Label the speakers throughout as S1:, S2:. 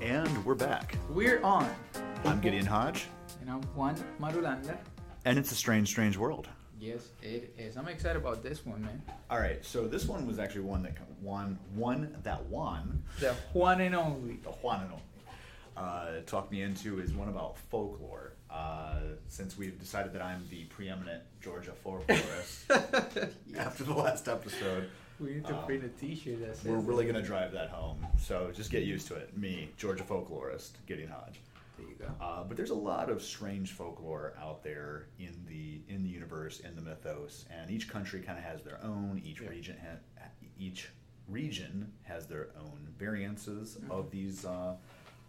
S1: And we're back.
S2: We're on.
S1: I'm Gideon Hodge,
S2: And I'm Juan Marulanda.
S1: and it's a strange, strange world.
S2: Yes, it is. I'm excited about this one, man.
S1: All right, so this one was actually one that one one that one
S2: The one and only.
S1: the Juan and only uh, talked me into is one about folklore. Uh, since we've decided that I'm the preeminent Georgia folklorist after the last episode,
S2: We need to
S1: Um,
S2: print a T-shirt that says.
S1: we're really
S2: that.
S1: gonna drive that home. So just get used to it. Me, Georgia folklorist, Gideon Hodge.
S2: There you go.
S1: Uh, but there's a lot of strange folklore out there in the in the universe, in the mythos, and each country kind of has their own. Each
S2: Yeah.
S1: region ha- each region has their own variances of these, uh,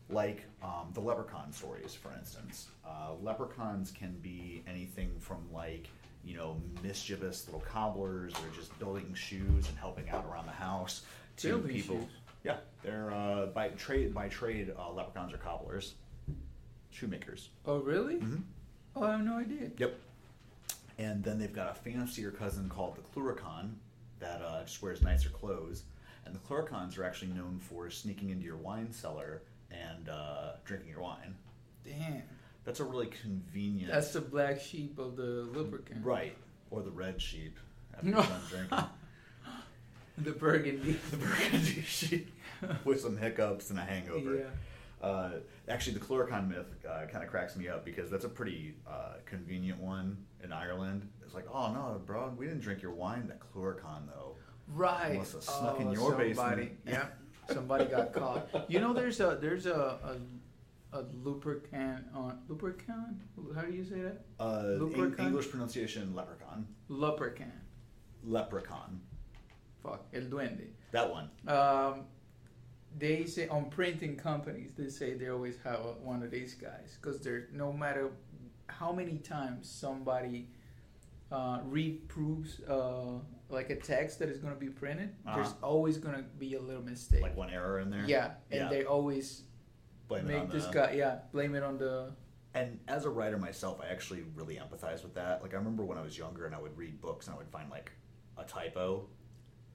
S1: like um, the leprechaun stories, for instance. Uh, leprechauns can be anything from like you know mischievous little cobblers, or just building shoes and helping out around the house to
S2: Building
S1: people.
S2: shoes?
S1: Yeah, they're uh, by trade by trade uh, leprechauns are cobblers shoemakers.
S2: Oh really?
S1: Mm-hmm.
S2: Oh, I have no idea.
S1: Yep. And then they've got a fancier cousin called the Cluricon that uh, just wears nicer clothes. And the Cluricons are actually known for sneaking into your wine cellar and uh, drinking your wine.
S2: Damn.
S1: That's a really convenient.
S2: That's the black sheep of the lubricant.
S1: right. Or the red sheep. After
S2: No.
S1: you're done drinking.
S2: The burgundy.
S1: the burgundy sheep with some hiccups and a hangover.
S2: Yeah.
S1: Uh, actually, the Cluricon myth uh, kind of cracks me up because that's a pretty uh, convenient one in Ireland. It's like, oh no, bro, we didn't drink your wine. That Cluricon though.
S2: Right.
S1: Must have snuck in
S2: Oh,
S1: your
S2: somebody,
S1: basement.
S2: Yeah. Somebody got caught. You know, there's a there's a a, a lubricant on lubricant. How do you say that?
S1: Uh, Eng-
S2: Leprechaun?
S1: English pronunciation leprechaun,
S2: Lubricant.
S1: leprechaun.
S2: Fuck. El duende.
S1: That one.
S2: Um, they say on printing companies, they say they always have one of these guys because they're no matter how many times somebody uh, reproves uh, like a text that is going to be printed, there's
S1: Uh-huh.
S2: always going to be a little mistake.
S1: Like one error in there.
S2: yeah, and
S1: Yeah.
S2: they always
S1: Blame it
S2: make
S1: on
S2: this
S1: the-
S2: guy. Yeah, blame it on the.
S1: And as a writer myself, I actually really empathize with that. Like I remember when I was younger and I would read books and I would find like a typo.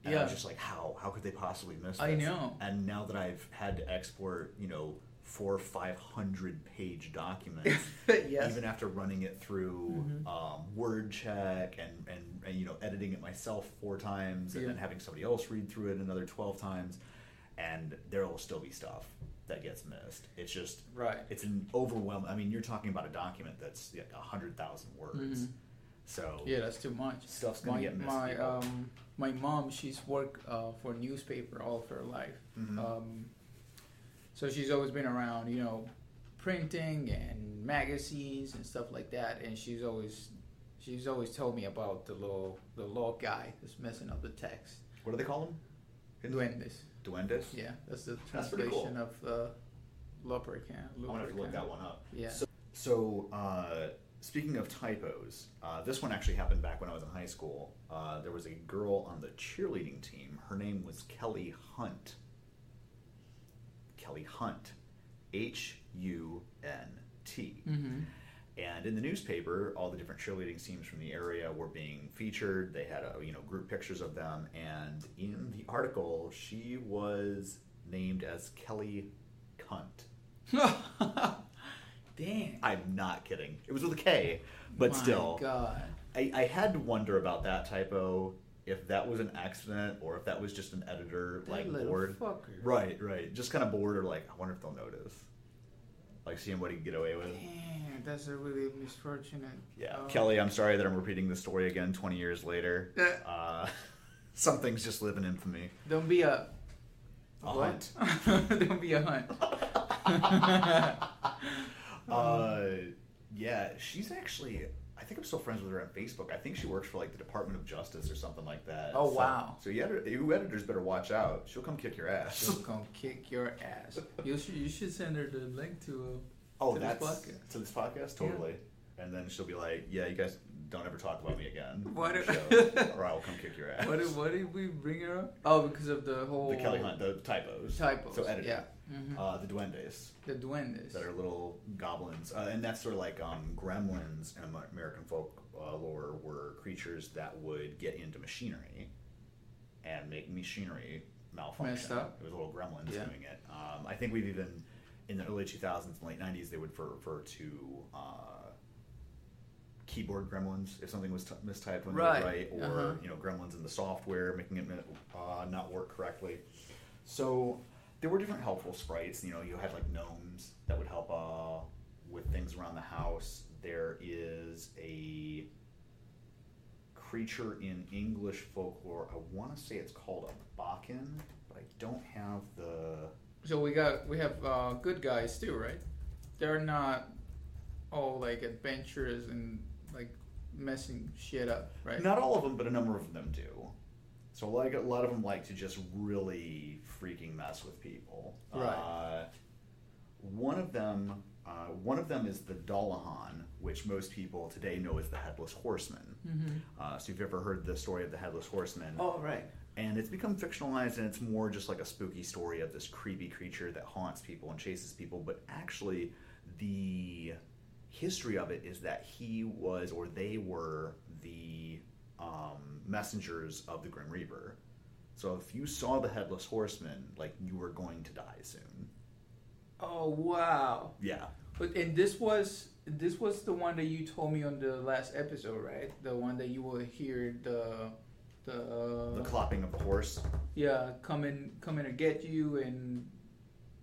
S1: And I was
S2: Yeah.
S1: just like, how? How could they possibly miss this?
S2: I know.
S1: And now that I've had to export, you know, four or five hundred page documents,
S2: yes. Mm-hmm.
S1: even after running it through um, word check and, and and you know editing it myself four times and
S2: Yeah.
S1: then having somebody else read through it another twelve times, and there will still be stuff that gets missed. It's just
S2: Right.
S1: it's an overwhelm. I mean, you're talking about a document that's a hundred thousand words, so
S2: Mm-hmm. Yeah, that's too much.
S1: Stuff's gonna
S2: my,
S1: get missed,
S2: My
S1: people.
S2: um, my mom, she's worked uh, for newspaper all of her life.
S1: Mm-hmm.
S2: Um, so she's always been around, you know, printing and magazines and stuff like that. And she's always she's always told me about the law the law guy that's messing up the text.
S1: what do they call them?
S2: Duendes.
S1: Duendes.
S2: Yeah, that's the
S1: That's pretty
S2: translation of uh, lubricant.
S1: I'm gonna have to look that one up.
S2: Yeah.
S1: So, so uh, speaking of typos, uh, this one actually happened back when I was in high school. Uh, there was a girl on the cheerleading team. Her name was Kelly Hunt. Kelly Hunt, H U N T.
S2: Mm-hmm.
S1: And in the newspaper, all the different cheerleading teams from the area were being featured. They had uh you know group pictures of them, and in the article, she was named as Kelly Cunt.
S2: Mm-hmm. Dang.
S1: I'm not kidding. It was with a K, but
S2: My
S1: still,
S2: God.
S1: I, I had to wonder about that typo. If that was an accident or if that was just an editor
S2: That
S1: like
S2: little
S1: bored,
S2: fucker.
S1: right, right, just kind of bored or like I wonder if they'll notice, like seeing what he can get away with.
S2: Damn, that's a really misfortunate.
S1: Yeah,
S2: uh,
S1: Kelly, I'm sorry that I'm repeating this story again 20 years later.
S2: Yeah.
S1: Uh, something's just living infamy.
S2: Don't be a.
S1: A
S2: what? don't be a hunt.
S1: Uh,
S2: Um,
S1: yeah, she's actually. I think I'm still friends with her on Facebook. I think she works for like the Department of Justice or something like that.
S2: Oh,
S1: So-
S2: wow.
S1: So you, edit- you editors better watch out. She'll come kick your ass.
S2: She's gonna kick your ass. You should you should send her the link to. Uh,
S1: oh,
S2: to
S1: that's
S2: This podcast.
S1: to this podcast totally. And then she'll be like, "Yeah, you guys don't ever talk about me again,
S2: Why do-
S1: So- or I will come kick your ass."
S2: uh, What did, what did we bring her up? Oh, because of the whole
S1: the Kelly Hunt, the typos,
S2: typos.
S1: So editing,
S2: Yeah, hmm
S1: uh, the duendes.
S2: the duendes.
S1: that are little goblins, uh, and that's sort of like um, gremlins in Amer- American folk uh, lore were creatures that would get into machinery and make machinery malfunction.
S2: Messed up.
S1: It was little gremlins
S2: Yeah.
S1: doing it. Um, I think we've even in the early 2000s and late 90s, they would refer to uh, keyboard gremlins if something was t- mistyped when
S2: Right,
S1: they would write, or
S2: uh-huh.
S1: you know gremlins in the software making it uh, not work correctly. So there were different helpful sprites. You know, you had like gnomes that would help uh, with things around the house. There is a creature in English folklore. I want to say it's called a bakken, but I don't have the
S2: So we got we have uh, good guys too, right? They're not all like adventurers and like messing shit up, right?
S1: Not all of them, but a number of them do. So like a lot of them like to just really freaking mess with people.
S2: Right.
S1: Uh, one of them, uh, one of them is the Dalahan, which most people today know as the headless horseman.
S2: Mm-hmm.
S1: Uh, so if you've ever heard the story of the headless horseman,
S2: Oh right.
S1: and it's become fictionalized and it's more just like a spooky story of this creepy creature that haunts people and chases people but actually the history of it is that he was or they were the um, messengers of the grim reaper so if you saw the headless horseman like you were going to die soon
S2: Oh wow.
S1: yeah
S2: But and this was this was the one that you told me on the last episode, right? The one that you will hear the the, uh,
S1: the clopping of the horse
S2: yeah come in come in and get you and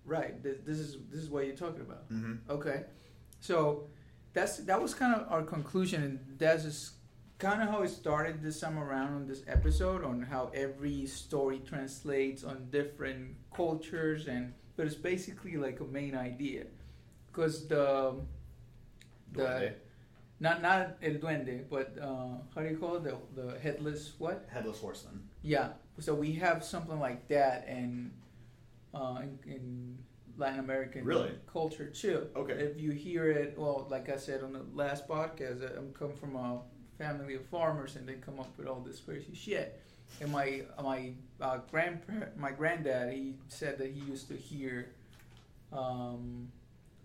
S2: right. This, this is this is what you're talking about.
S1: mm-hmm.
S2: Okay, so that's that was kind of our conclusion, and that's just kind of how it started this time around on this episode on how every story translates on different cultures, and but it's basically like a main idea, because the the not not el duende, but uh, how do you call it the the headless what?
S1: headless horseman
S2: Yeah, so we have something like that, and uh, in, in Latin American
S1: Really?
S2: culture too.
S1: Okay.
S2: If you hear it, well, like I said on the last podcast, I- I'm come from a family of farmers, and they come up with all this crazy shit. And my my uh, grandpa, my granddad, he said that he used to hear um,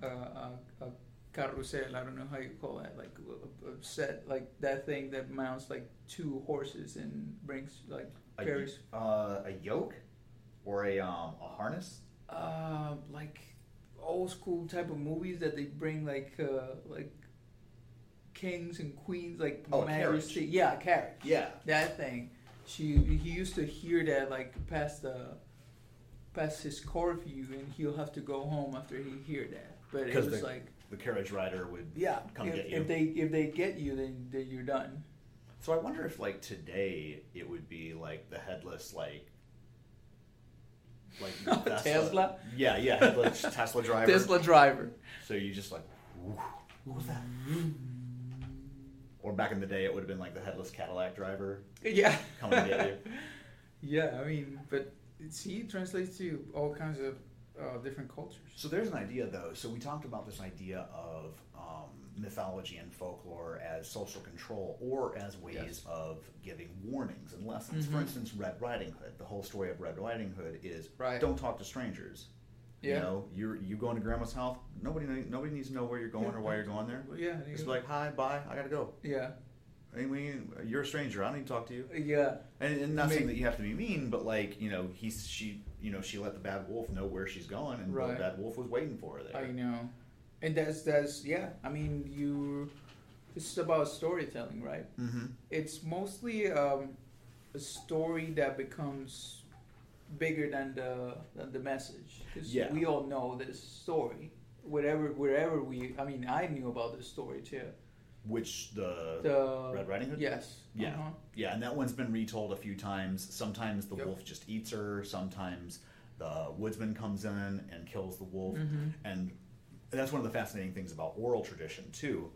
S2: a, a, a carrusel. I don't know how you call that, like a, a set, like that thing that mounts like two horses and brings like
S1: a, y-
S2: carries
S1: uh, a yoke or a, um, a harness
S2: uh, like old school type of movies that they bring like uh, like kings and queens like
S1: Oh, a
S2: majesty yeah carriage
S1: yeah
S2: that thing she he used to hear that like past the past his curfew and he'll have to go home after he hear that but it
S1: 'Cause
S2: was
S1: the-
S2: like
S1: the carriage rider would
S2: yeah
S1: come
S2: if,
S1: get you.
S2: if they if they get you then, then you're done
S1: So I wonder if like today it would be like the headless like like Tesla.
S2: Tesla?
S1: Yeah, yeah, headless Tesla driver.
S2: Tesla driver
S1: So you just like whoosh, what was that? Or back in the day it would have been like the headless Cadillac driver
S2: yeah
S1: coming to get you.
S2: yeah I mean but see it translates to all kinds of uh, different cultures
S1: So there's an idea, though. So we talked about this idea of um, mythology and folklore as social control or as ways
S2: Yes.
S1: of giving warnings and lessons. For
S2: Mhm.
S1: instance, Red Riding Hood. The whole story of Red Riding Hood is
S2: Right.
S1: don't talk to strangers. You
S2: Yeah.
S1: know, you you going to grandma's house. Nobody kn- nobody needs to know where you're going
S2: Yeah.
S1: or why you're going there.
S2: Well, Yeah. you-
S1: Just be like hi, bye. I gotta go.
S2: yeah.
S1: I mean, you're a stranger. I don't need to talk to you.
S2: Yeah.
S1: And, and not saying
S2: Maybe.
S1: that you have to be mean, but like you know, he's she you know she let the bad wolf know where she's going, and
S2: Right.
S1: the bad wolf was waiting for her there.
S2: I know. And that's that's yeah. I mean, you. It's about storytelling, right?
S1: Mm-hmm.
S2: It's mostly um, a story that becomes bigger than the than the message. 'Cause
S1: Yeah.
S2: We all know this story. Whatever, wherever we. I mean, I knew about this story too.
S1: Which the,
S2: The
S1: Red Riding Hood?
S2: Yes.
S1: Yeah.
S2: Uh-huh.
S1: yeah, and that one's been retold a few times. Sometimes the
S2: Yep.
S1: wolf just eats her. Sometimes the woodsman comes in and kills the wolf.
S2: Mhm.
S1: And that's one of the fascinating things about oral tradition too,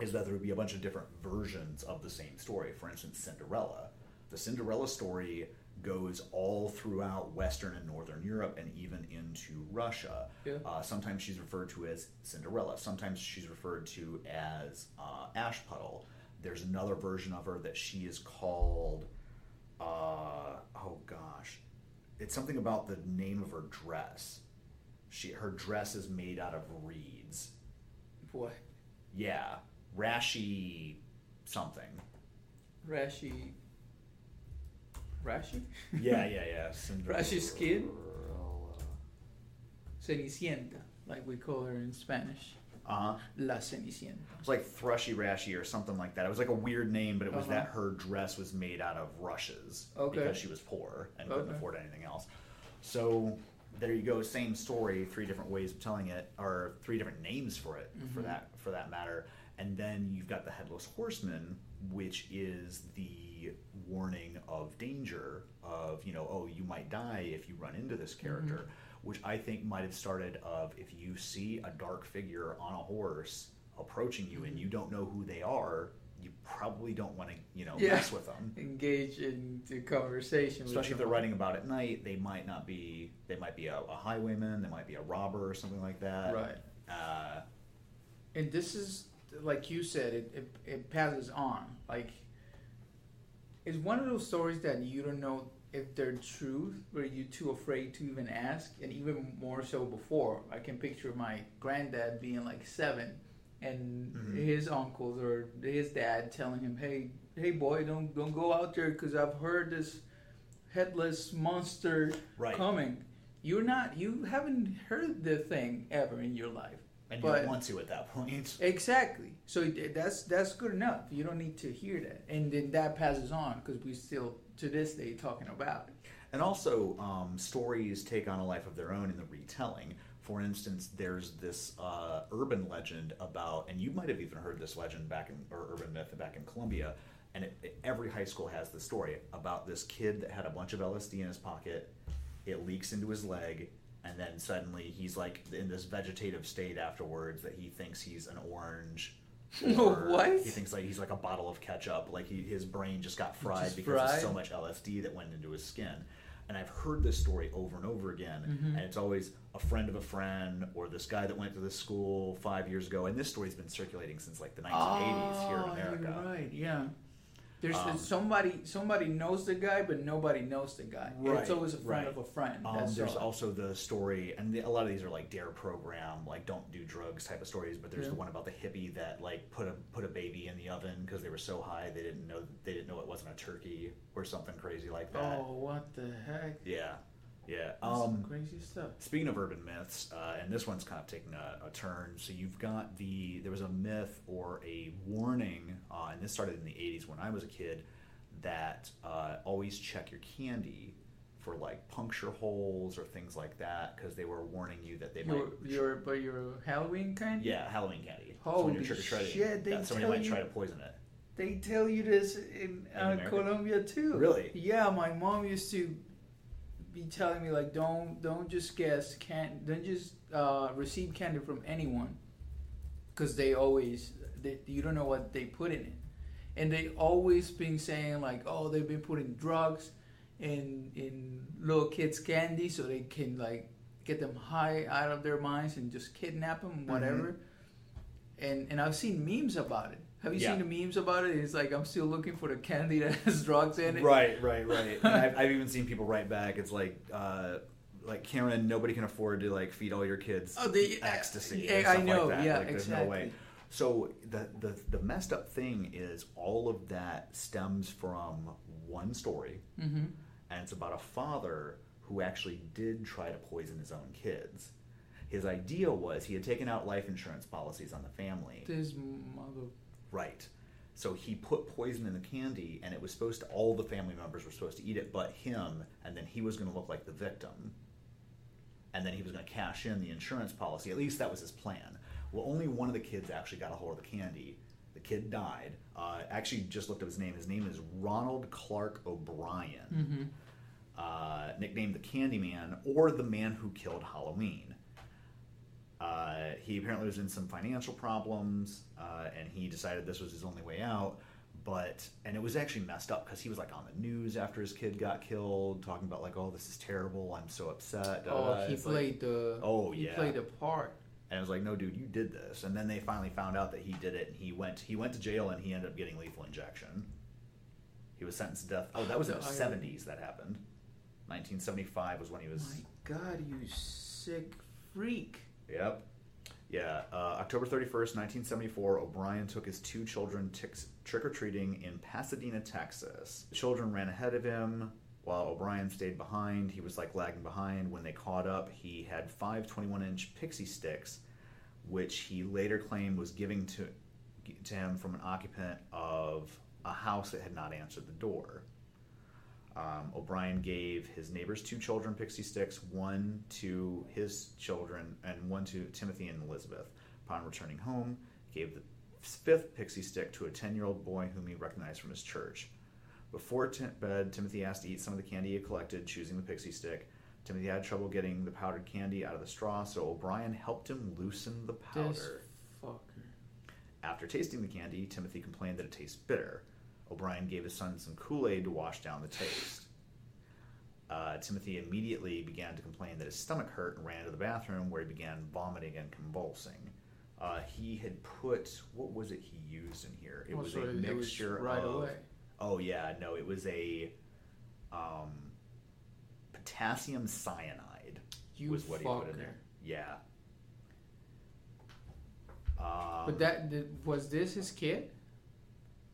S1: is that there would be a bunch of different versions of the same story. For instance, Cinderella. The Cinderella story goes all throughout Western and Northern Europe and even into Russia.
S2: Yeah.
S1: Uh, sometimes she's referred to as Cinderella. Sometimes she's referred to as uh, Ash Puddle. There's another version of her that she is called. Uh, oh gosh, it's something about the name of her dress. She her dress is made out of reeds.
S2: What?
S1: Yeah, Rashi something.
S2: Rashi. Rashi.
S1: Yeah, yeah, yeah. Cinderella.
S2: Rashi's kid? Cenicienta. like we call her in Spanish,
S1: Uh,
S2: La Cenicienta.
S1: it was like Thrushy Rashy or something like that. It was like a weird name, but it was
S2: Uh-huh.
S1: that her dress was made out of rushes
S2: Okay.
S1: because she was poor and couldn't
S2: Okay.
S1: afford anything else. So there you go, same story, three different ways of telling it, or three different names for it,
S2: Mm-hmm.
S1: for that for that matter. And then you've got the headless horseman, which is the warning of danger of you know, oh, you might die if you run into this character.
S2: Mm-hmm.
S1: Which I think might have started of if you see a dark figure on a horse approaching you
S2: Mm-hmm.
S1: and you don't know who they are, you probably don't want to you know
S2: Yeah.
S1: mess with them
S2: Engage in the conversation. with
S1: especially if they're
S2: someone.
S1: writing about at night they might not be they might be a, a highwayman they might be a robber or something like that
S2: Right.
S1: uh,
S2: And this is like you said, it, it it passes on. Like it's one of those stories that you don't know if they're truth, but you're too afraid to even ask, and even more so before. I can picture my granddad being like seven, and
S1: Mhm.
S2: his uncles or his dad telling him, "Hey, hey, boy, don't don't go out there because I've heard this headless monster
S1: Right.
S2: coming." You're not. You haven't heard the thing ever in your life.
S1: and you
S2: But-
S1: don't want to at that point
S2: Exactly. So th- that's that's good enough. You don't need to hear that, and then that passes on because we still to this day talking about it.
S1: and also um, stories take on a life of their own in the retelling for instance there's this uh, urban legend about and you might have even heard this legend back in or urban myth back in columbia and it, it- every high school has this story about this kid that had a bunch of lsd in his pocket it leaks into his leg and then suddenly he's like in this vegetative state afterwards that he thinks he's an orange or
S2: What?
S1: he thinks like he's like a bottle of ketchup like he, his brain just got fried
S2: Just
S1: because of
S2: fried?
S1: so much lsd that went into his skin and i've heard this story over and over again
S2: Mm-hmm.
S1: and it's always a friend of a friend or this guy that went to this school five years ago and this story's been circulating since like the 1980s here in
S2: Oh, you're
S1: america
S2: right? Yeah. There's
S1: Um,
S2: somebody somebody knows the guy, but nobody knows the guy.
S1: Right,
S2: it's always a friend
S1: right.
S2: of a friend.
S1: Um,
S2: that's
S1: there's
S2: all.
S1: also the story, and the, a lot of these are like Dare program, like don't do drugs type of stories. But there's
S2: Yeah.
S1: the one about the hippie that like put a put a baby in the oven because they were so high they didn't know they didn't know it wasn't a turkey or something crazy like that.
S2: oh, what the heck?
S1: Yeah, yeah.
S2: That's some
S1: Um,
S2: crazy stuff.
S1: Speaking of urban myths, uh, and this one's kind of taking a, a turn. So you've got the there was a myth or a warning, uh, and this started in the '80s when I was a kid, that uh, always check your candy for like puncture holes or things like that because they were warning you that they
S2: Your
S1: might.
S2: your but your Halloween kind.
S1: yeah, Halloween candy. so when
S2: Holy
S1: you're trick-or-treating,
S2: shit, they
S1: that somebody
S2: tell
S1: might try
S2: you-
S1: to poison it.
S2: They tell you this in, uh,
S1: America?
S2: Colombia too.
S1: Really?
S2: Yeah, my mom used to be telling me like, don't don't just guess, can't don't just uh, receive candy from anyone, because they always they, you don't know what they put in it, and they always been saying like, oh, they've been putting drugs in in little kids' candy so they can like get them high out of their minds and just kidnap them, whatever. And and I've seen memes about it. Have you
S1: Yeah.
S2: seen the memes about it? It's like I'm still looking for the candy that has drugs in it.
S1: Right, right, right. and I've, I've even seen people write back. It's like. Uh, like Karen, nobody can afford to like feed all your kids
S2: Oh, the-
S1: ecstasy.
S2: yeah,
S1: and stuff
S2: I know,
S1: Like that.
S2: yeah,
S1: like, there's no way.
S2: exactly.
S1: So the, the the messed up thing is all of that stems from one story,
S2: Mm-hmm.
S1: and it's about a father who actually did try to poison his own kids. His idea was he had taken out life insurance policies on the family,
S2: This mother.
S1: Right. So he put poison in the candy, and it was supposed to, all the family members were supposed to eat it but him, and then he was going to look like the victim. And then he was going to cash in the insurance policy. At least that was his plan. Well, only one of the kids actually got a hold of the candy. The kid died. Uh, actually, just looked up his name. His name is Ronald Clark O'Brien
S2: Mm-hmm.
S1: uh, nicknamed the Candyman or the man who killed Halloween. Uh, he apparently was in some financial problems, uh, and he decided this was his only way out. But and it was actually messed up because he was like on the news after his kid got killed, talking about like, "Oh, this is terrible. I'm so upset." da, da,
S2: Oh,
S1: da."
S2: he
S1: It's like-
S2: played the.
S1: Oh,
S2: he
S1: yeah.
S2: played the part.
S1: and it was like, "No, dude, you did this." And then they finally found out that he did it, and he went he went to jail, and he ended up getting lethal injection. He was sentenced to death. Oh, that was in the
S2: I-
S1: seventies that happened. Nineteen seventy five was when he was.
S2: My God, you sick freak!
S1: Yep. Yeah. Uh, October 31st, 1974, O'Brien took his two children tick trick or treating in Pasadena, Texas. The children ran ahead of him. While O'Brien stayed behind, he was like lagging behind. When they caught up, he had five 21 inch pixie sticks, which he later claimed was giving to, to him from an occupant of a house that had not answered the door. Um, O'Brien gave his neighbor's two children pixie sticks, one to his children, and one to Timothy and Elizabeth. Upon returning home, gave the fifth pixie stick to a 10 year old boy whom he recognized from his church. Before t- bed, Timothy asked to eat some of the candy he had collected, choosing the pixie stick. Timothy had trouble getting the powdered candy out of the straw, so O'Brien helped him loosen the powder.
S2: This fucker.
S1: After tasting the candy, Timothy complained that it tastes bitter. O'Brien gave his son some Kool Aid to wash down the taste. Uh, Timothy immediately began to complain that his stomach hurt and ran to the bathroom where he began vomiting and convulsing. Uh, he had put, what was it he used in here? It
S2: Well,
S1: was
S2: so
S1: a
S2: Oh, it was
S1: mixture
S2: right
S1: of.
S2: away.
S1: Oh, yeah, no, it was a um, potassium cyanide,
S2: You
S1: was what he put
S2: fucker.
S1: in there. Yeah. Um,
S2: But that th- was this his kid?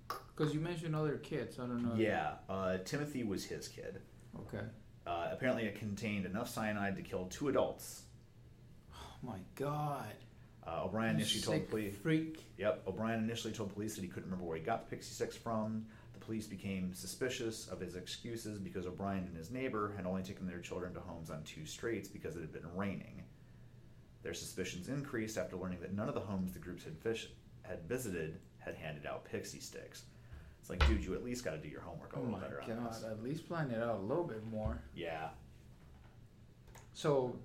S2: Because you mentioned other kids. I don't know.
S1: Yeah, uh, Timothy was his kid.
S2: Okay.
S1: Uh, apparently, it contained enough cyanide to kill two adults.
S2: Oh my god.
S1: Uh, O'Brien
S2: You
S1: initially told
S2: sick
S1: police.
S2: freak.
S1: Yep, O'Brien initially told police that he couldn't remember where he got the pixie sticks from. The police became suspicious of his excuses because O'Brien and his neighbor had only taken their children to homes on two streets because it had been raining. Their suspicions increased after learning that none of the homes the groups had fish had visited had handed out pixie sticks. It's like, dude, you at least got to do your homework a
S2: Oh
S1: little
S2: my
S1: better on
S2: god.
S1: this.
S2: At least plan it out a little bit more.
S1: Yeah,
S2: So,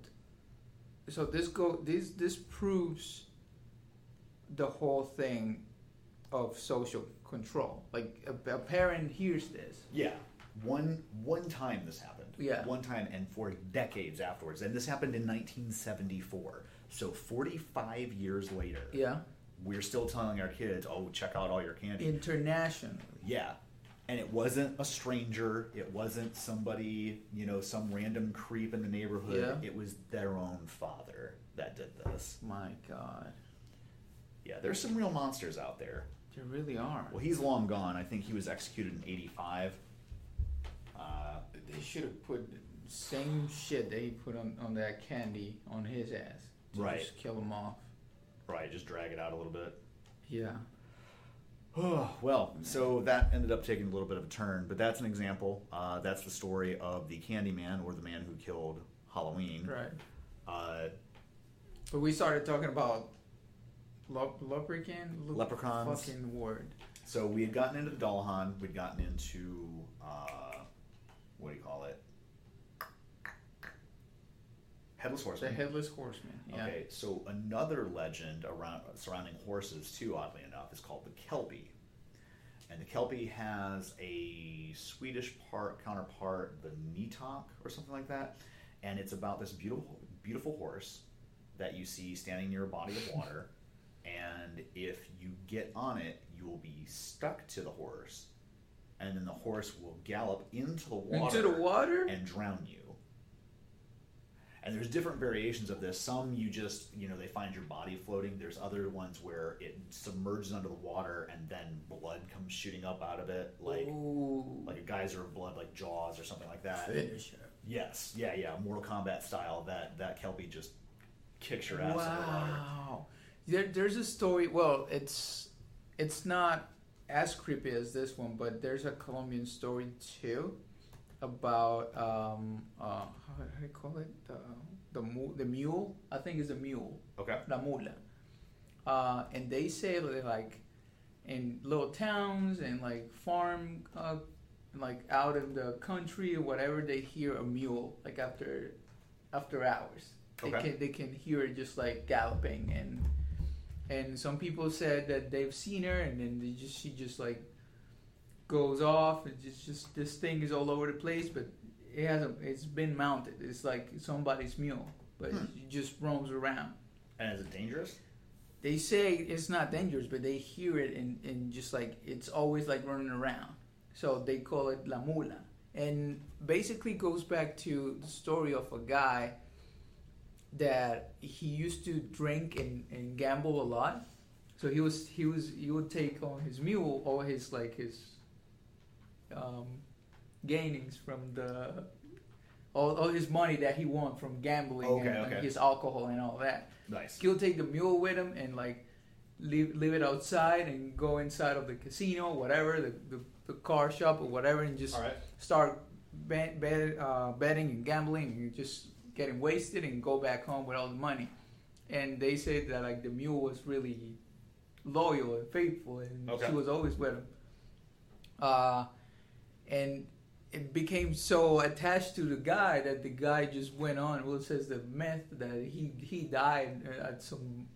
S2: so this go this this proves the whole thing of social control. Like a, a parent hears this.
S1: Yeah. One one time this happened.
S2: Yeah.
S1: One time and for decades afterwards. And this happened in 1974. So 45 years later,
S2: Yeah.
S1: we're still telling our kids, "Oh, check out all your candy."
S2: Internationally.
S1: yeah. And it wasn't a stranger, it wasn't somebody, you know, some random creep in the neighborhood.
S2: Yeah.
S1: It was their own father that did this.
S2: My god.
S1: Yeah, there's some real monsters out there.
S2: There really are.
S1: Well, he's long gone. I think he was executed in 85. Uh,
S2: They should have put the same shit they put on, on that candy on his ass. To
S1: Right.
S2: Just kill him off.
S1: right, just drag it out a little bit.
S2: Yeah.
S1: well, so that ended up taking a little bit of a turn, but that's an example. Uh, that's the story of the Candyman or the man who killed Halloween.
S2: Right.
S1: Uh,
S2: But we started talking about lop- leprechaun. Lep-
S1: Leprechauns.
S2: Fucking word.
S1: so we had gotten into the Dalahan. We'd gotten into uh, what do you call it? Headless
S2: The
S1: horseman.
S2: headless horseman. Yeah.
S1: Okay, so another legend around surrounding horses too, oddly enough, is called the Kelpie. And the Kelpie has a Swedish part counterpart, the Nitok or something like that. And it's about this beautiful beautiful horse that you see standing near a body of water. and if you get on it, you will be stuck to the horse. And then the horse will gallop into the water
S2: Into the water?
S1: and drown you. And there's different variations of this. Some you just, you know, they find your body floating. There's other ones where it submerges under the water and then blood comes shooting up out of it, like
S2: Ooh.
S1: like uh, a geyser of blood, like Jaws or something like that.
S2: Finish her.
S1: Yes, yeah, yeah, Mortal Kombat style. That that Kelpie just kicks your ass in the water.
S2: Wow. There, there's a story. Well, it's it's not as creepy as this one, but there's a Colombian story too about um uh how, how do you call it the the mu- the mule I think it's a mule
S1: Okay.
S2: la mula. Uh, and they say that like in little towns and like farm uh, like out in the country or whatever they hear a mule like after after hours they
S1: Okay.
S2: can they can hear it just like galloping and and some people said that they've seen her and then they just she just like goes off it's just, just this thing is all over the place but it hasn't it's been mounted it's like somebody's mule but it just roams around
S1: And is it dangerous?
S2: they say it's not dangerous, but they hear it and, and just like it's always like running around. So they call it la mula. And basically goes back to the story of a guy that he used to drink and, and gamble a lot. So he was he was he would take on his mule or his like his um gainings from the all, all his money that he won from gambling
S1: Okay,
S2: and like,
S1: okay.
S2: his alcohol and all that.
S1: Nice.
S2: He'll take the mule with him and like leave leave it outside and go inside of the casino, whatever the the, the car shop or whatever, and just
S1: All right.
S2: start bet, bet, uh, betting and gambling. You're just getting wasted and go back home with all the money. And they said that like the mule was really loyal and faithful, and
S1: Okay.
S2: she was always with him. Uh, and it became so attached to the guy that the guy just went on. Will says the myth that he he died uh, at some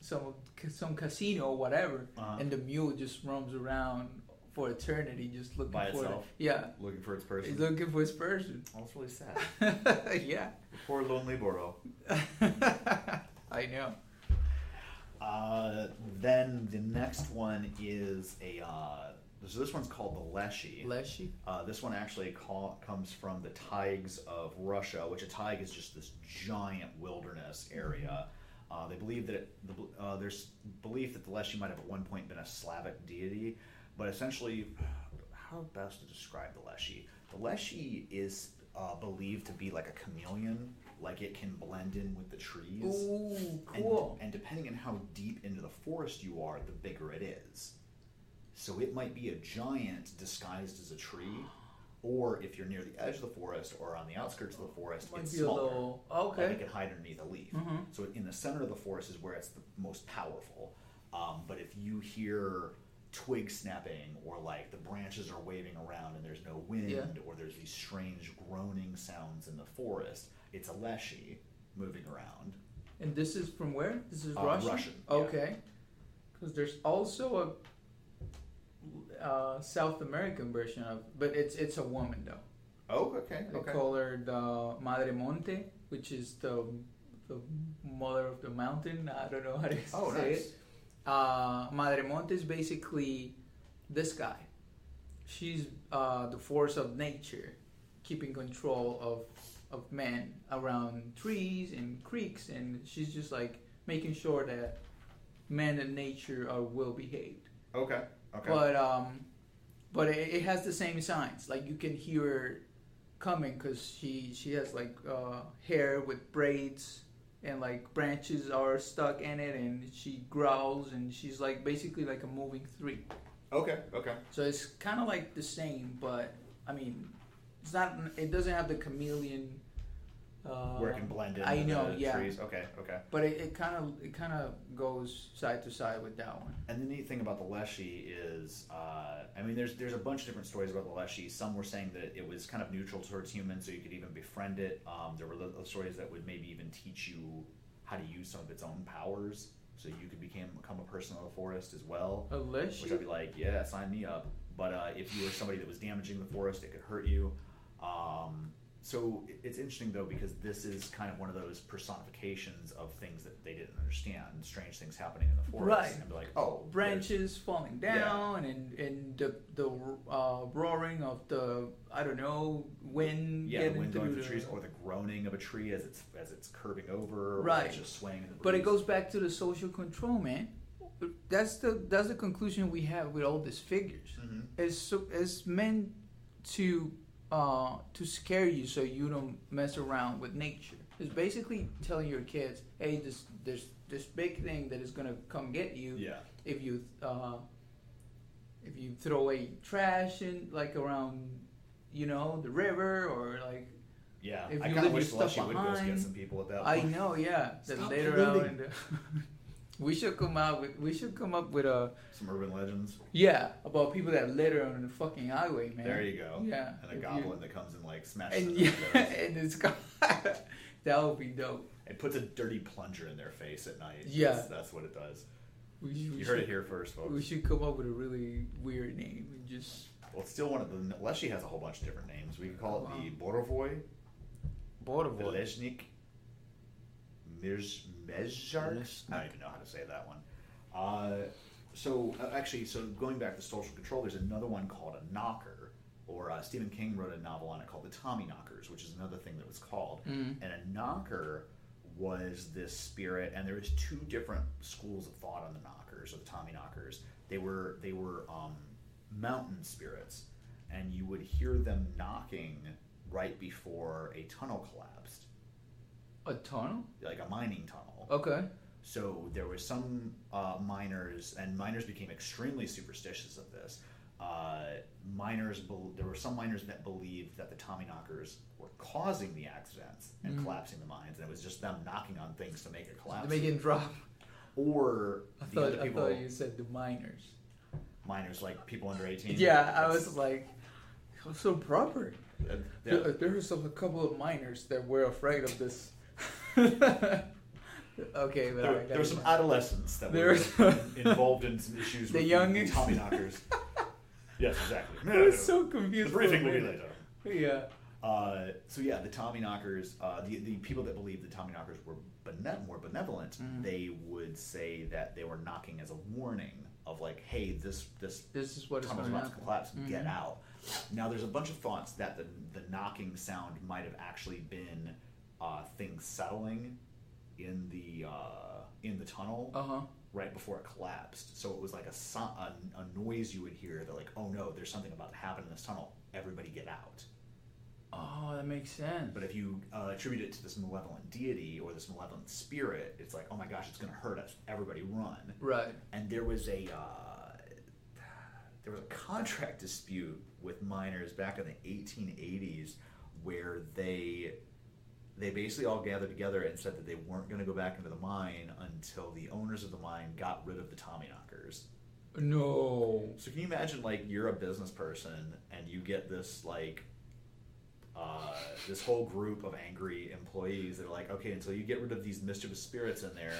S2: some some casino or whatever,
S1: Uh-huh.
S2: and the mule just roams around for eternity, just looking
S1: By
S2: for
S1: itself?
S2: yeah.
S1: Looking for its person.
S2: He's looking for his person.
S1: oh, that's really sad.
S2: yeah.
S1: Poor lonely Boro.
S2: I know.
S1: Uh, then the next one is a. Uh, so this one's called the Leshy.
S2: Leshy.
S1: Uh, this one actually call, comes from the taigs of Russia, which a taig is just this giant wilderness area. Uh, they believe that it, the, bel- uh, there's belief that the Leshy might have at one point been a Slavic deity, but essentially, how best to describe the Leshy? The Leshy is uh, believed to be like a chameleon, like it can blend in with the trees.
S2: Ooh,
S1: And,
S2: cool.
S1: and depending on how deep into the forest you are, the bigger it is. So it might be a giant disguised as a tree, or if you're near the edge of the forest or on the outskirts of the forest,
S2: Might
S1: it's
S2: be a
S1: smaller.
S2: little-
S1: like
S2: okay.
S1: it can hide underneath a leaf.
S2: Mhm.
S1: So in the center of the forest is where it's the most powerful. Um, but if you hear twig snapping or like the branches are waving around and there's no wind
S2: Yeah.
S1: or there's these strange groaning sounds in the forest, it's a leshy moving around.
S2: And this is from where? This is
S1: Uh,
S2: Russian.
S1: Russian, yeah.
S2: Okay. Because there's also a uh, South American version of, but it's it's a woman though.
S1: Oh, okay,
S2: They call her the Madre Monte, which is the the mother of the mountain. I don't know how to
S1: Oh,
S2: say
S1: nice.
S2: it. Uh, Madre Monte is basically this guy. She's uh, the force of nature, keeping control of of man around trees and creeks, and she's just like making sure that man and nature are well behaved.
S1: Okay. Okay.
S2: But um, but it, it has the same signs. Like you can hear her coming because she she has like uh, hair with braids and like branches are stuck in it, and she growls and she's like basically like a moving three.
S1: okay. Okay.
S2: So it's kind of like the same, but I mean, it's not. It doesn't have the chameleon. Uh,
S1: Where it can blend in.
S2: I
S1: with
S2: know,
S1: the
S2: yeah.
S1: Trees. Okay. Okay.
S2: But it, it kind of it kind of goes side to side with that one.
S1: And the neat thing about the Leshy is, uh, I mean, there's there's a bunch of different stories about the Leshy. Some were saying that it was kind of neutral towards humans, so you could even befriend it. Um, there were the- the stories that would maybe even teach you how to use some of its own powers, so you could become become a person of the forest as well.
S2: A
S1: Which I'd be like, yeah, sign me up. But uh, if you were somebody that was damaging the forest, it could hurt you. Um, so it- it's interesting though because this is kind of one of those personifications of things that they didn't understand, strange things happening in the forest,
S2: Right.
S1: and be like, oh, there's-
S2: branches falling down and and the the uh, roaring of the I don't know wind
S1: yeah, the
S2: getting
S1: wind
S2: through
S1: going through trees, or the groaning of a tree as it's as it's curving over, or
S2: Right.
S1: it's just swaying in the breeze.
S2: But it goes back to the social control, man. That's the that's the conclusion we have with all these figures.
S1: Mhm.
S2: It's so, it's meant to uh, to scare you so you don't mess around with nature. It's basically telling your kids, hey, this there's this big thing that is gonna come get you.
S1: Yeah.
S2: if you uh, if you throw away trash and like around you know the river or like
S1: Yeah,
S2: If
S1: I
S2: you
S1: kind of
S2: leave
S1: wish
S2: your
S1: Leshy
S2: stuff
S1: would go get
S2: behind-
S1: some people at that.
S2: I
S1: point.
S2: know yeah then
S1: Stop
S2: later on in
S1: polluting.
S2: the, we should come out with we should come up with a
S1: Some urban legends.
S2: yeah about people that litter on the fucking highway man
S1: There you go.
S2: yeah
S1: And
S2: if
S1: a
S2: you-
S1: goblin that comes and like smashes.
S2: and
S1: it
S2: yeah
S1: up there.
S2: and it's got that would be dope
S1: It puts a dirty plunger in their face at night.
S2: Yeah.
S1: That's, that's what it does.
S2: we should, we
S1: You heard
S2: should-
S1: it here first,
S2: we
S1: folks.
S2: should come up with a really weird name and just
S1: Well, it's still one of the. Leshy has a whole bunch of different names. We could call it the
S2: Uh-huh.
S1: Borovoy, the
S2: Borovoy.
S1: Leshnik, Mirz, Mezjark. I don't even know how to say that one. Uh, so, uh, actually, so going back to social control, there's another one called a knocker, or uh, Stephen King wrote a novel on it called The Tommy Knockers, which is another thing that was called.
S2: Mm.
S1: and a knocker was this spirit and there was two different schools of thought on the knockers or the tommy knockers they were they were um, mountain spirits and you would hear them knocking right before a tunnel collapsed,
S2: A tunnel?
S1: like a mining tunnel.
S2: Okay.
S1: So there was some uh, miners, and miners became extremely superstitious of this. Uh, miners, bel there were some miners that believed that the Tommyknockers were causing the accidents and
S2: Mm.
S1: collapsing the mines, and it was just them knocking on things to make it collapse.
S2: They make it drop.
S1: or
S2: I
S1: the
S2: thought,
S1: other
S2: I
S1: people,
S2: thought you said the miners.
S1: miners like people under eighteen.
S2: Yeah, I
S1: That's-
S2: was like, "Oh, so proper.
S1: uh,
S2: There,
S1: yeah.
S2: there was a couple of minors that were afraid of this. okay, but all
S1: There,
S2: right,
S1: there were some adolescents that
S2: There
S1: were
S2: was-
S1: involved in some issues
S2: The
S1: with
S2: young-
S1: the Tommyknockers. yes, exactly.
S2: I was so confused.
S1: the briefing
S2: for
S1: will
S2: a
S1: be
S2: minute.
S1: later.
S2: Yeah.
S1: Uh, so yeah, the Tommyknockers, uh, the the people that believed the Tommyknockers were bene- were benevolent,
S2: Mhm.
S1: they would say that they were knocking as a warning of like, hey, this this
S2: This is what is
S1: tunnel's
S2: going
S1: about
S2: on.
S1: to collapse, get
S2: Mhm.
S1: out. Now there's a bunch of thoughts that the the knocking sound might have actually been uh, things settling in the uh, in the tunnel
S2: Uh huh.
S1: right before it collapsed. So it was like a, so- a a noise you would hear. They're like, oh no, there's something about to happen in this tunnel. Everybody get out.
S2: Oh, that makes sense.
S1: But if you uh, attribute it to this malevolent deity or this malevolent spirit, it's like, oh my gosh, it's going to hurt us. Everybody run.
S2: right.
S1: And there was a uh, there was a contract dispute with miners back in the 1880s where they they basically all gathered together and said that they weren't going to go back into the mine until the owners of the mine got rid of the Tommyknockers.
S2: No.
S1: So can you imagine like you're a business person and you get this like uh, this whole group of angry employees that are like, okay, until you get rid of these mischievous spirits in there,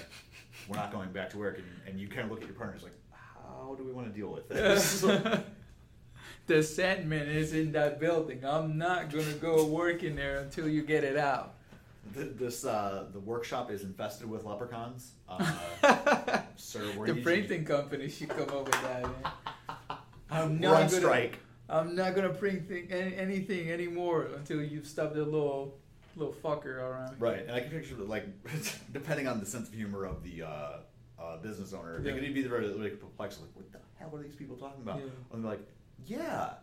S1: we're not going back to work. And, and you kind of look at your partners like, how do we want to deal with this?
S2: the Sandman is in that building. I'm not gonna go work in there until you get it out.
S1: Th- this uh, the workshop is infested with leprechauns. Uh,
S2: the
S1: sir, we're gonna need you to-
S2: printing company should come up with that. Man. I'm
S1: We're
S2: not
S1: on
S2: gonna-
S1: strike.
S2: I'm not gonna print thing, any, anything anymore until you stop the little little fucker around.
S1: Right, and I can picture that, like, depending on the sense of humor of the uh, uh, business owner,
S2: Yeah.
S1: they could be very like, perplexed, like, what the hell are these people talking about?
S2: Yeah.
S1: And they're like, yeah,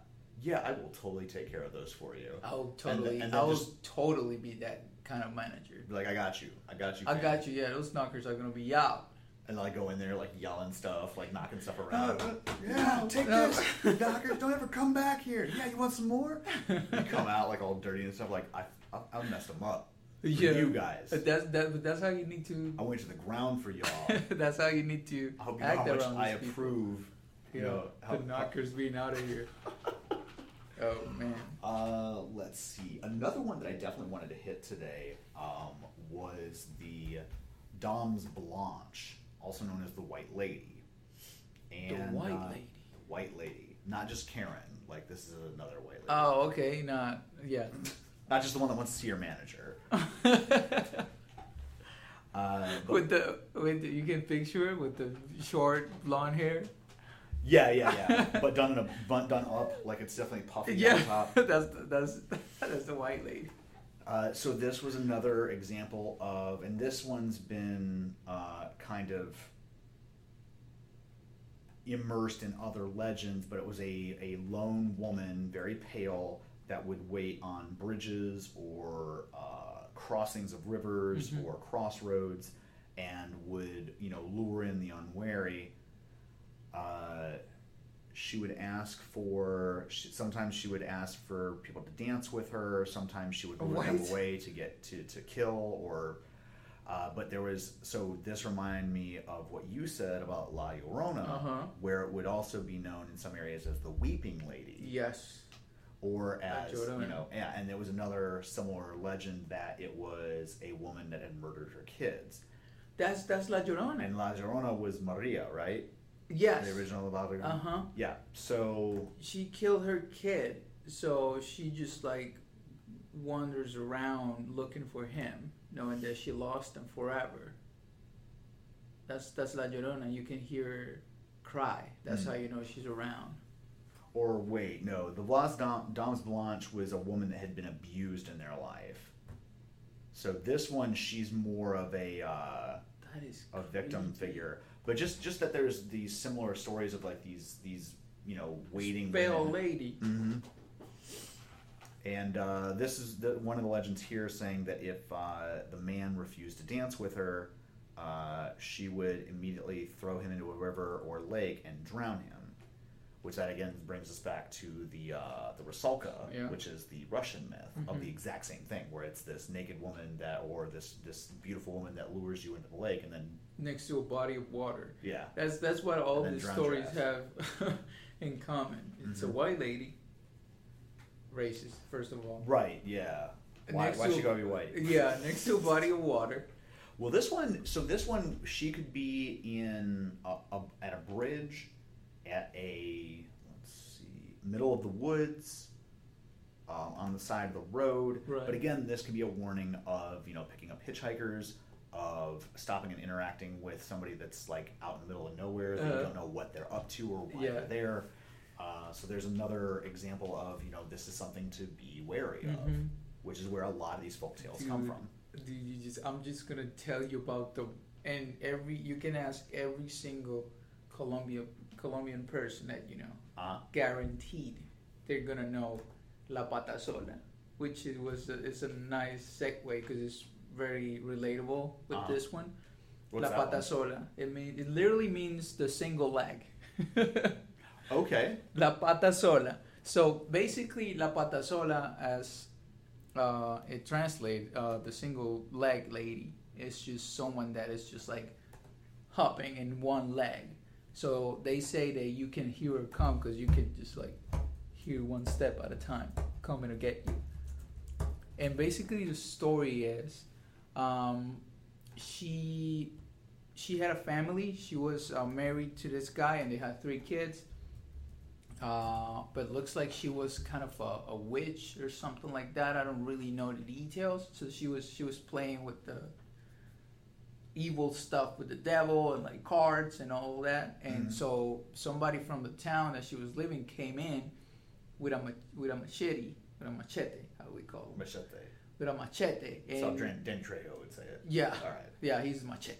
S1: yeah, I will totally take care of those for you.
S2: I'll totally,
S1: and then
S2: I'll
S1: just-
S2: totally be that kind of manager.
S1: Be Like, I got you, I got you.
S2: I
S1: fam."
S2: got you. Yeah, those knockers are gonna be out.
S1: And I go in there, like, yelling stuff, like, knocking stuff
S2: Uh,
S1: around.
S2: uh,
S1: yeah,
S2: no,
S1: take
S2: no.
S1: this, Docker. Don't ever come back here. Yeah, you want some more? you come out like all dirty and stuff. Like, I, I, I messed them up. For
S2: Yeah.
S1: you guys.
S2: But that's that. But that's how you need to.
S1: I went to the ground for y'all.
S2: that's how you need to
S1: I hope you know how
S2: act
S1: much
S2: around
S1: I
S2: these people.
S1: approve. You
S2: Yeah,
S1: know, how,
S2: the knockers being out of here. oh man.
S1: Uh, let's see. Another one that I definitely wanted to hit today um, was the Dom's Blanche, also known as the White Lady.
S2: The
S1: And,
S2: White
S1: uh,
S2: Lady.
S1: The White Lady, not just Karen. Like this is another White Lady.
S2: Oh, okay. Not yeah.
S1: not just the one that wants to see your manager. Uh, but-
S2: with the with the, you can picture it with the short blonde hair.
S1: yeah, yeah, yeah. but done in a bun- done up, like it's definitely puffy
S2: Yeah,
S1: on top.
S2: that's that's that's the white lady.
S1: Uh, so this was another example of, and this one's been uh, kind of immersed in other legends, but it was a, a lone woman, very pale, that would wait on bridges or uh, crossings of rivers
S2: Mhm.
S1: or crossroads, and would you know lure in the unwary. Uh, she would ask for she, sometimes she would ask for people to dance with her sometimes she would lure them
S2: What?
S1: away to get to, to kill or uh, but there was so this reminded me of what you said about la llorona
S2: Uh-huh.
S1: where it would also be known in some areas as the weeping lady
S2: Yes.
S1: or as you
S2: Llorona.
S1: know yeah, and there was another similar legend that it was a woman that had murdered her kids
S2: That's that's La Llorona.
S1: and la llorona was maria right
S2: yes.
S1: the original la llorona
S2: Uh huh.
S1: yeah so
S2: She killed her kid, so she just like wanders around looking for him, knowing that she lost him forever. That's that's La Llorona. You can hear her cry. That's
S1: Mm.
S2: how you know she's around.
S1: Or wait, no, the Las Dom, Dom's Blanche was a woman that had been abused in their life. So this one, she's more of a uh,
S2: That is
S1: a victim
S2: crazy.
S1: figure. But just just that there's these similar stories of like these these you know, waiting.
S2: Pale
S1: women.
S2: lady.
S1: hmm And uh, this is the, one of the legends here saying that if uh, the man refused to dance with her, uh, she would immediately throw him into a river or lake and drown him. Which that again brings us back to the uh, the Rusalka,
S2: Yeah.
S1: which is the Russian myth of the exact same thing, where it's this naked woman that or this this beautiful woman that lures you into the lake and then
S2: next to a body of water.
S1: yeah
S2: That's that's what all
S1: And then
S2: these
S1: drowns your Mm-hmm.
S2: stories have in common. It's a white lady, racist first of all.
S1: right yeah why
S2: Next
S1: why
S2: to
S1: she
S2: a-
S1: gotta be white
S2: Yeah, next to a body of water.
S1: Well, this one, so this one, she could be in a, a, at a bridge, at a let's see, middle of the woods, um, on the side of the road.
S2: Right.
S1: But again, this could be a warning of you know picking up hitchhikers, of stopping and interacting with somebody that's like out in the middle of nowhere that
S2: Uh,
S1: you don't know what they're up to or why
S2: yeah.
S1: they're there. Uh, so there's another example of you know this is something to be wary of,
S2: Mhm.
S1: which is where a lot of these folktales come
S2: Dude,
S1: from.
S2: Dude, you just I'm just gonna tell you about the and every you can ask every single Colombia Colombian person that you know.
S1: Uh,
S2: Guaranteed, they're gonna know La Pata Sola, which it was a, it's a nice segue because it's very relatable with
S1: Uh-huh.
S2: this one.
S1: what's
S2: La
S1: that one?
S2: pata sola. It mean it literally means the single leg.
S1: Okay.
S2: la pata sola. So basically, la pata sola, as uh, it translates, uh, the single leg lady is just someone that is just like hopping in one leg. So they say that you can hear her come because you can just like hear one step at a time coming to get you. And basically, the story is, um, she she had a family. She was uh, married to this guy, and they had three kids. Uh, but looks like she was kind of a, a witch or something like that. I don't really know the details. So she was she was playing with the evil stuff with the devil and like cards and all that. And
S1: Mhm.
S2: so somebody from the town that she was living came in with a ma- with a machete, with a machete, how we call it,
S1: Machete.
S2: with a machete.
S1: so
S2: and-
S1: Dren- Dentrejo would say it.
S2: Yeah.
S1: All right.
S2: Yeah, he's machete.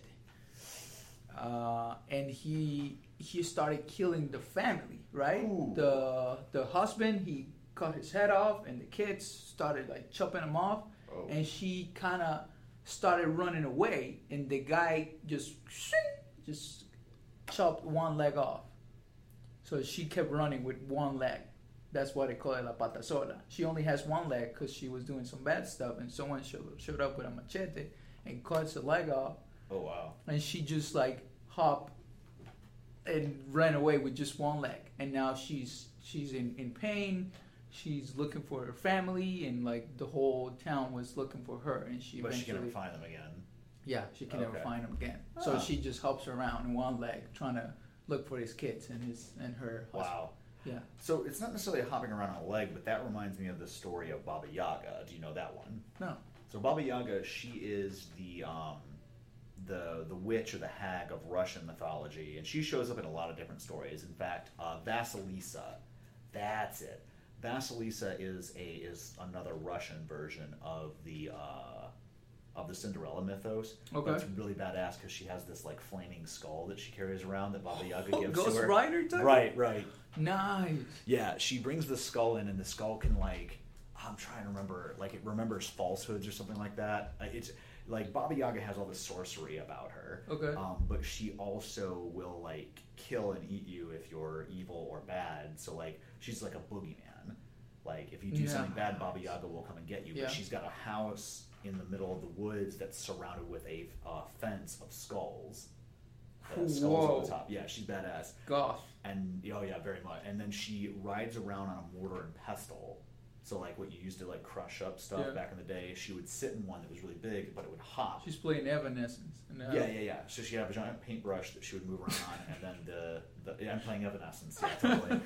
S2: Uh, and he he started killing the family, right?
S1: Ooh.
S2: The the husband he cut his head off, and the kids started like chopping him off,
S1: Oh.
S2: and she kind of started running away, and the guy just just chopped one leg off. So she kept running with one leg. That's why they call it la pata sola. She only has one leg because she was doing some bad stuff, and someone showed, showed up with a machete and cuts her leg off,
S1: Oh wow.
S2: and she just like hop and ran away with just one leg. And now she's she's in, in pain. She's looking for her family, and like the whole town was looking for her, and she
S1: but she
S2: eventually
S1: can find them again.
S2: yeah, she can never
S1: Okay.
S2: find him again. So
S1: Ah.
S2: she just hops around in one leg, trying to look for his kids and his and her. Husband.
S1: Wow.
S2: Yeah.
S1: So it's not necessarily hopping around on a leg, but that reminds me of the story of Baba Yaga. Do you know that one?
S2: No.
S1: So Baba Yaga, she is the um, the the witch or the hag of Russian mythology, and she shows up in a lot of different stories. In fact, uh, Vasilisa, that's it. Vasilisa is a is another Russian version of the uh, of the Cinderella mythos.
S2: Okay.
S1: but it's really badass because she has this like flaming skull that she carries around that Baba Yaga
S2: Oh,
S1: gives
S2: Ghost
S1: to her.
S2: Rider type?
S1: Right, right.
S2: Nice.
S1: Yeah, she brings the skull in, and the skull can like I'm trying to remember, like it remembers falsehoods or something like that. Uh, It's like Baba Yaga has all this sorcery about her.
S2: Okay.
S1: Um, but she also will like kill and eat you if you're evil or bad. So like she's like a boogeyman. Like if you do something bad, Baba
S2: Nice.
S1: Yaga will come and get you.
S2: Yeah.
S1: But she's got a house in the middle of the woods that's surrounded with a uh, fence of skulls. Uh, skulls on
S2: Whoa.
S1: the top. Yeah, she's badass
S2: Goth.
S1: and oh yeah, very much. And then she rides around on a mortar and pestle. So like what you used to like crush up stuff
S2: Yeah.
S1: back in the day, she would sit in one that was really big, but it would hop.
S2: She's playing Evanescence. And, uh,
S1: yeah, yeah, yeah. So she'd have a giant paintbrush that she would move around on, and then the, the yeah, I'm playing Evanescence, yeah, totally.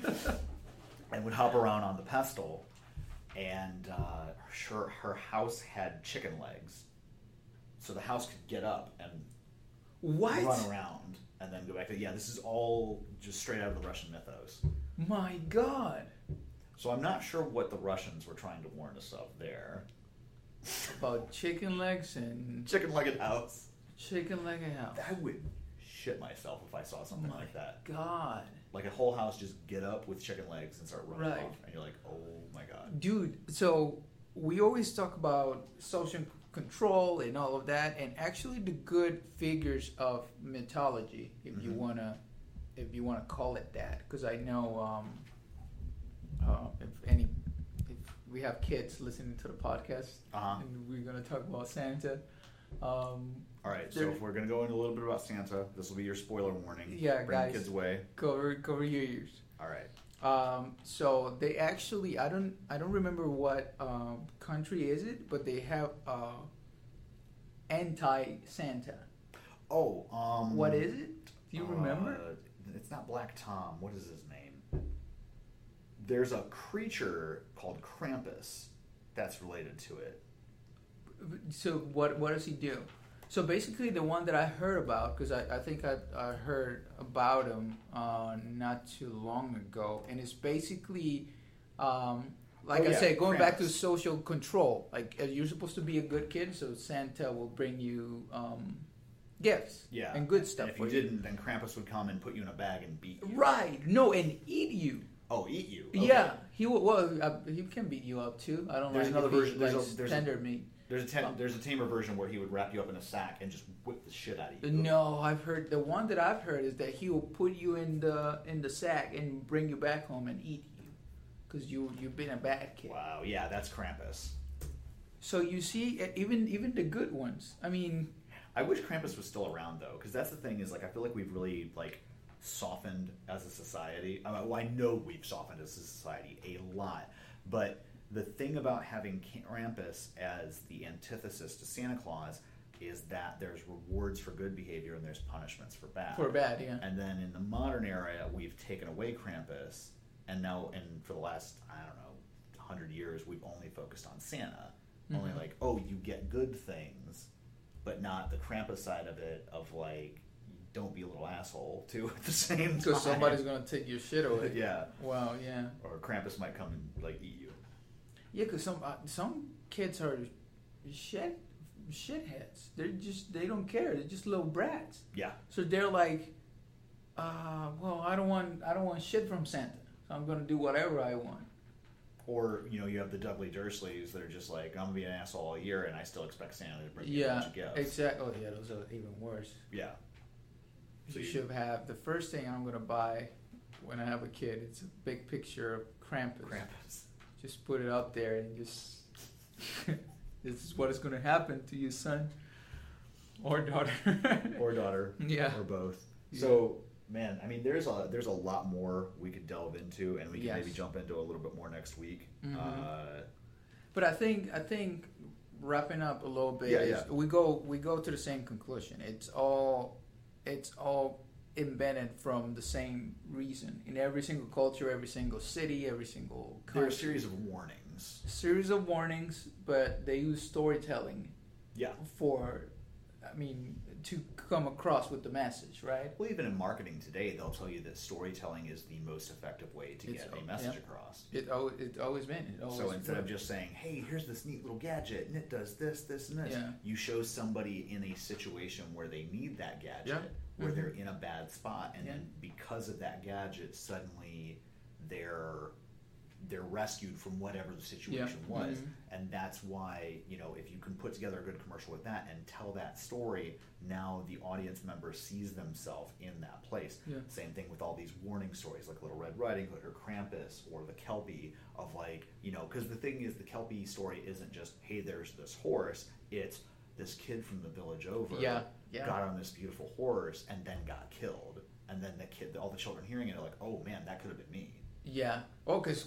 S1: and would hop around on the pestle. And uh, her her house had chicken legs, so the house could get up and run
S2: What?
S1: around and then go back. to Yeah, this is all just straight out of the Russian mythos.
S2: My God.
S1: So I'm not sure what the Russians were trying to warn us of there.
S2: About chicken legs and
S1: Chicken legged house.
S2: chicken leg and house.
S1: That would shit myself if I saw something like that.
S2: God.
S1: Like a whole house just get up with chicken legs and start running
S2: Right.
S1: off, and you're like, oh my god.
S2: Dude, so we always talk about social control and all of that, and actually the good figures of mythology, if you
S1: Mhm.
S2: wanna, if you wanna call it that, because I know um, uh, if any, if we have kids listening to the podcast,
S1: Uh-huh.
S2: and we're gonna talk about Santa. Um,
S1: All right, so
S2: There-
S1: if we're gonna go into a little bit about Santa, this will be your spoiler warning.
S2: Yeah,
S1: Bring the
S2: guys.
S1: kids away.
S2: cover cover your ears.
S1: All right.
S2: Um, so they actually, I don't, I don't remember what um, country is it, but they have uh, anti Santa.
S1: Oh, um,
S2: What is it? Do you remember?
S1: uh, It's not Black Tom. What is his name? There's a creature called Krampus that's related to it.
S2: So what, what does he do? So basically, the one that I heard about, because I, I think I, I heard about him uh, not too long ago, and it's basically, um, like
S1: Oh,
S2: I
S1: yeah,
S2: said, going back to
S1: Krampus.
S2: social control. Like uh, you're supposed to be a good kid, so Santa will bring you um, gifts
S1: Yeah.
S2: and good stuff
S1: And if
S2: for
S1: you
S2: you.
S1: didn't, then Krampus would come and put you in a bag and beat you.
S2: Right. No, and eat you.
S1: Oh, eat you. Okay.
S2: Yeah. He will, well, uh, he can beat you up too. I don't
S1: There's
S2: like
S1: another
S2: if he
S1: version- there's
S2: likes
S1: a- there's a-
S2: tender meat.
S1: There's a ta-
S2: Um,
S1: there's a tamer version where he would wrap you up in a sack and just whip the shit out of you.
S2: No, I've heard the one that I've heard is that he will put you in the in the sack and bring you back home and eat you, because you you've been a bad kid.
S1: Wow. Yeah, that's Krampus.
S2: So you see, e- even even the good ones. I mean,
S1: I wish Krampus was still around though, because that's the thing is like I feel like we've really like softened as a society. I, mean, well, I know we've softened as a society a lot, but the thing about having Krampus as the antithesis to Santa Claus is that there's rewards for good behavior and there's punishments for bad.
S2: for bad, yeah.
S1: And then in the modern era, we've taken away Krampus, and now, and for the last I don't know, hundred years, we've only focused on Santa. Only
S2: Mhm.
S1: like, oh, you get good things, but not the Krampus side of it. Of like, don't be a little asshole too at the same time.
S2: Because somebody's gonna take your shit away.
S1: yeah,
S2: Wow. Yeah.
S1: or Krampus might come and like eat you.
S2: Yeah, cause some uh, some kids are shit shitheads. They're just they don't care. They're just little brats.
S1: Yeah,
S2: So they're like, uh, well, I don't want I don't want shit from Santa. So I'm gonna do whatever I want.
S1: or you know, you have the Dudley Dursleys that are just like, I'm gonna be an asshole all year, and I still expect Santa to bring me a bunch of gifts.
S2: exactly. Oh yeah, those are even worse.
S1: yeah, So
S2: you
S1: you-
S2: should have the first thing I'm gonna buy when I have a kid. It's a big picture of Krampus.
S1: Krampus.
S2: Just put it up there and just this is what is gonna happen to you, son or daughter.
S1: or daughter.
S2: yeah.
S1: or both.
S2: Yeah.
S1: So man, I mean, there's a there's a lot more we could delve into, and we can
S2: Yes.
S1: maybe jump into a little bit more next week.
S2: Mhm.
S1: Uh,
S2: But I think I think wrapping up a little bit
S1: Yeah,
S2: is
S1: yeah.
S2: we go we go to the same conclusion. It's all it's all embedded from the same reason in every single culture, every single city, every single
S1: there are a
S2: country.
S1: series of warnings.
S2: series of warnings, but they use storytelling
S1: Yeah.
S2: for I mean to come across with the message, right?
S1: Well, even in marketing today, they'll tell you that storytelling is the most effective way to
S2: It's-
S1: get a message
S2: yeah.
S1: across.
S2: It al- it always been it always
S1: So instead of
S2: was.
S1: just saying, "Hey, here's this neat little gadget, and it does this, this, and this,"
S2: Yeah.
S1: you show somebody in a situation where they need that gadget,
S2: Yeah.
S1: where
S2: Mhm.
S1: they're in a bad spot, and
S2: Yeah.
S1: then because of that gadget, suddenly they're they're rescued from whatever the situation was,
S2: Mhm.
S1: and that's why you know if you can put together a good commercial with that and tell that story, now the audience member sees themselves in that place.
S2: Yeah.
S1: Same thing with all these warning stories like Little Red Riding Hood or Krampus or the Kelpie of like, you know, because the thing is, the Kelpie story isn't just, hey, there's this horse. It's this kid from the village over
S2: Yeah, yeah.
S1: got on this beautiful horse and then got killed. And then the kid, all the children hearing it are like, oh man, that could have been me.
S2: Yeah. Oh, because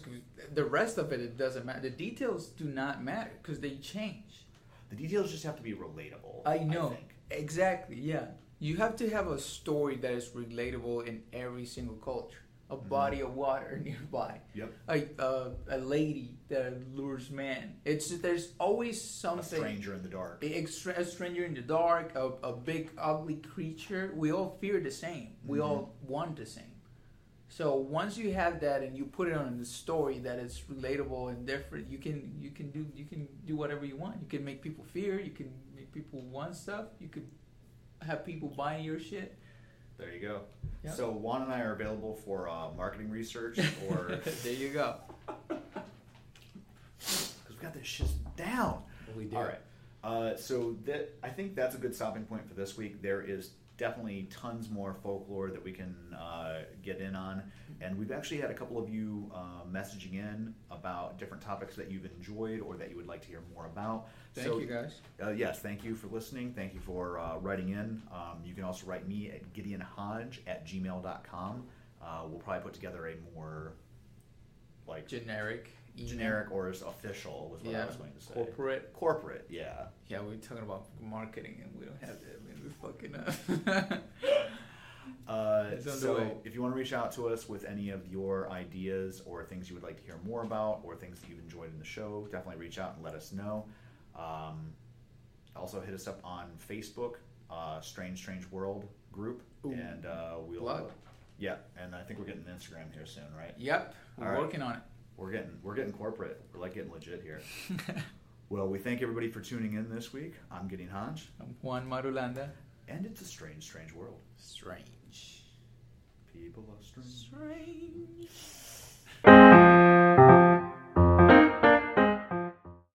S2: the rest of it, it doesn't matter. The details do not matter because they change.
S1: The details just have to be relatable.
S2: I know.
S1: think.
S2: exactly. Yeah. You have to have a story that is relatable in every single culture. A
S1: Mm-hmm.
S2: body of water nearby.
S1: Yep.
S2: A, uh, a lady that lures man. It's there's always
S1: A
S2: something.
S1: stranger in the dark.
S2: A, extra, a stranger in the dark. A, a big ugly creature. We all fear the same. We
S1: Mm-hmm.
S2: all want the same. So once you have that and you put it on the story that it's relatable and different, you can you can do you can do whatever you want. You can make people fear. You can make people want stuff. You could have people buying your shit.
S1: There you go.
S2: Yep.
S1: So Juan and I are available for uh, marketing research or
S2: there you go.
S1: because we got this shit down.
S2: We
S1: All right. Uh, so that I think that's a good stopping point for this week. There is definitely tons more folklore that we can uh, get in on, and we've actually had a couple of you uh, messaging in about different topics that you've enjoyed or that you would like to hear more about.
S2: Thank
S1: So-
S2: you guys.
S1: uh, yes, thank you for listening. Thank you for uh, writing in. Um, you can also write me at gideonhodge at gmail.com. Uh, we'll probably put together a more like
S2: Generic. email.
S1: generic or as official was what I
S2: Yeah.
S1: was going to say.
S2: Corporate.
S1: Corporate, yeah.
S2: Yeah, we're talking about marketing and we don't have that. Man, we fucking up.
S1: Uh,
S2: It's
S1: so
S2: underway.
S1: if you want to reach out to us with any of your ideas or things you would like to hear more about or things that you've enjoyed in the show, definitely reach out and let us know. Um, also hit us up on Facebook, uh, Strange Strange World group,
S2: Ooh.
S1: and uh, we'll
S2: Plug.
S1: yeah, and I think we're getting Instagram here soon, right?
S2: yep, we're
S1: All right.
S2: working on
S1: We're getting we're getting corporate. We're like getting legit here.
S2: it.
S1: Well, we thank everybody for tuning in this week. I'm Gideon Hodge,
S2: I'm Juan Marulanda.
S1: and it's a strange, strange world.
S2: Strange.
S1: People are strange.
S2: Strange.